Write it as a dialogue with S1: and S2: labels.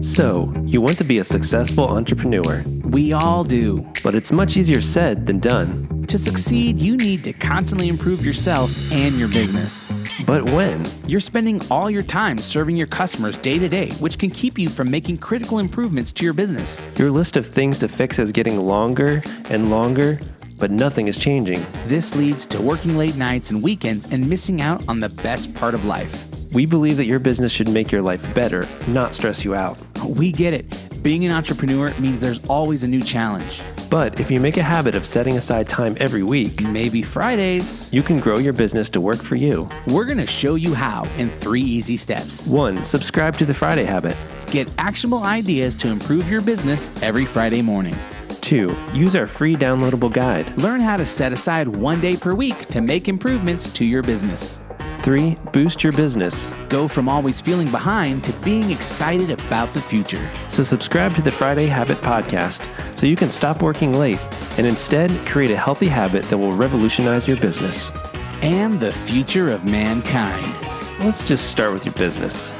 S1: So, you want to be a successful entrepreneur,
S2: We all do.
S1: but it's much easier said than done.
S2: To succeed, you need to constantly improve yourself and your business.
S1: But when?
S2: You're spending all your time serving your customers day to day, which can keep you from making critical improvements to your business.
S1: Your list of things to fix is getting longer and longer, but nothing is changing.
S2: This leads to working late nights and weekends and missing out on the best part of life.
S1: We believe that your business should make your life better, not stress you out.
S2: We get it. Being an entrepreneur means there's always a new challenge.
S1: But if you make a habit of setting aside time every week,
S2: Maybe Fridays.
S1: you can grow your business to work for you.
S2: We're going to show you how in three easy steps.
S1: 1. Subscribe to the Friday habit.
S2: Get actionable ideas to improve your business every Friday morning.
S1: 2. Use our free downloadable guide.
S2: Learn how to set aside one day per week to make improvements to your business.
S1: 3. Boost your business.
S2: Go from always feeling behind to being excited about the future.
S1: So, subscribe to the Friday Habit podcast so you can stop working late and instead create a healthy habit that will revolutionize your business.
S2: And the future of mankind.
S1: Let's just start with your business.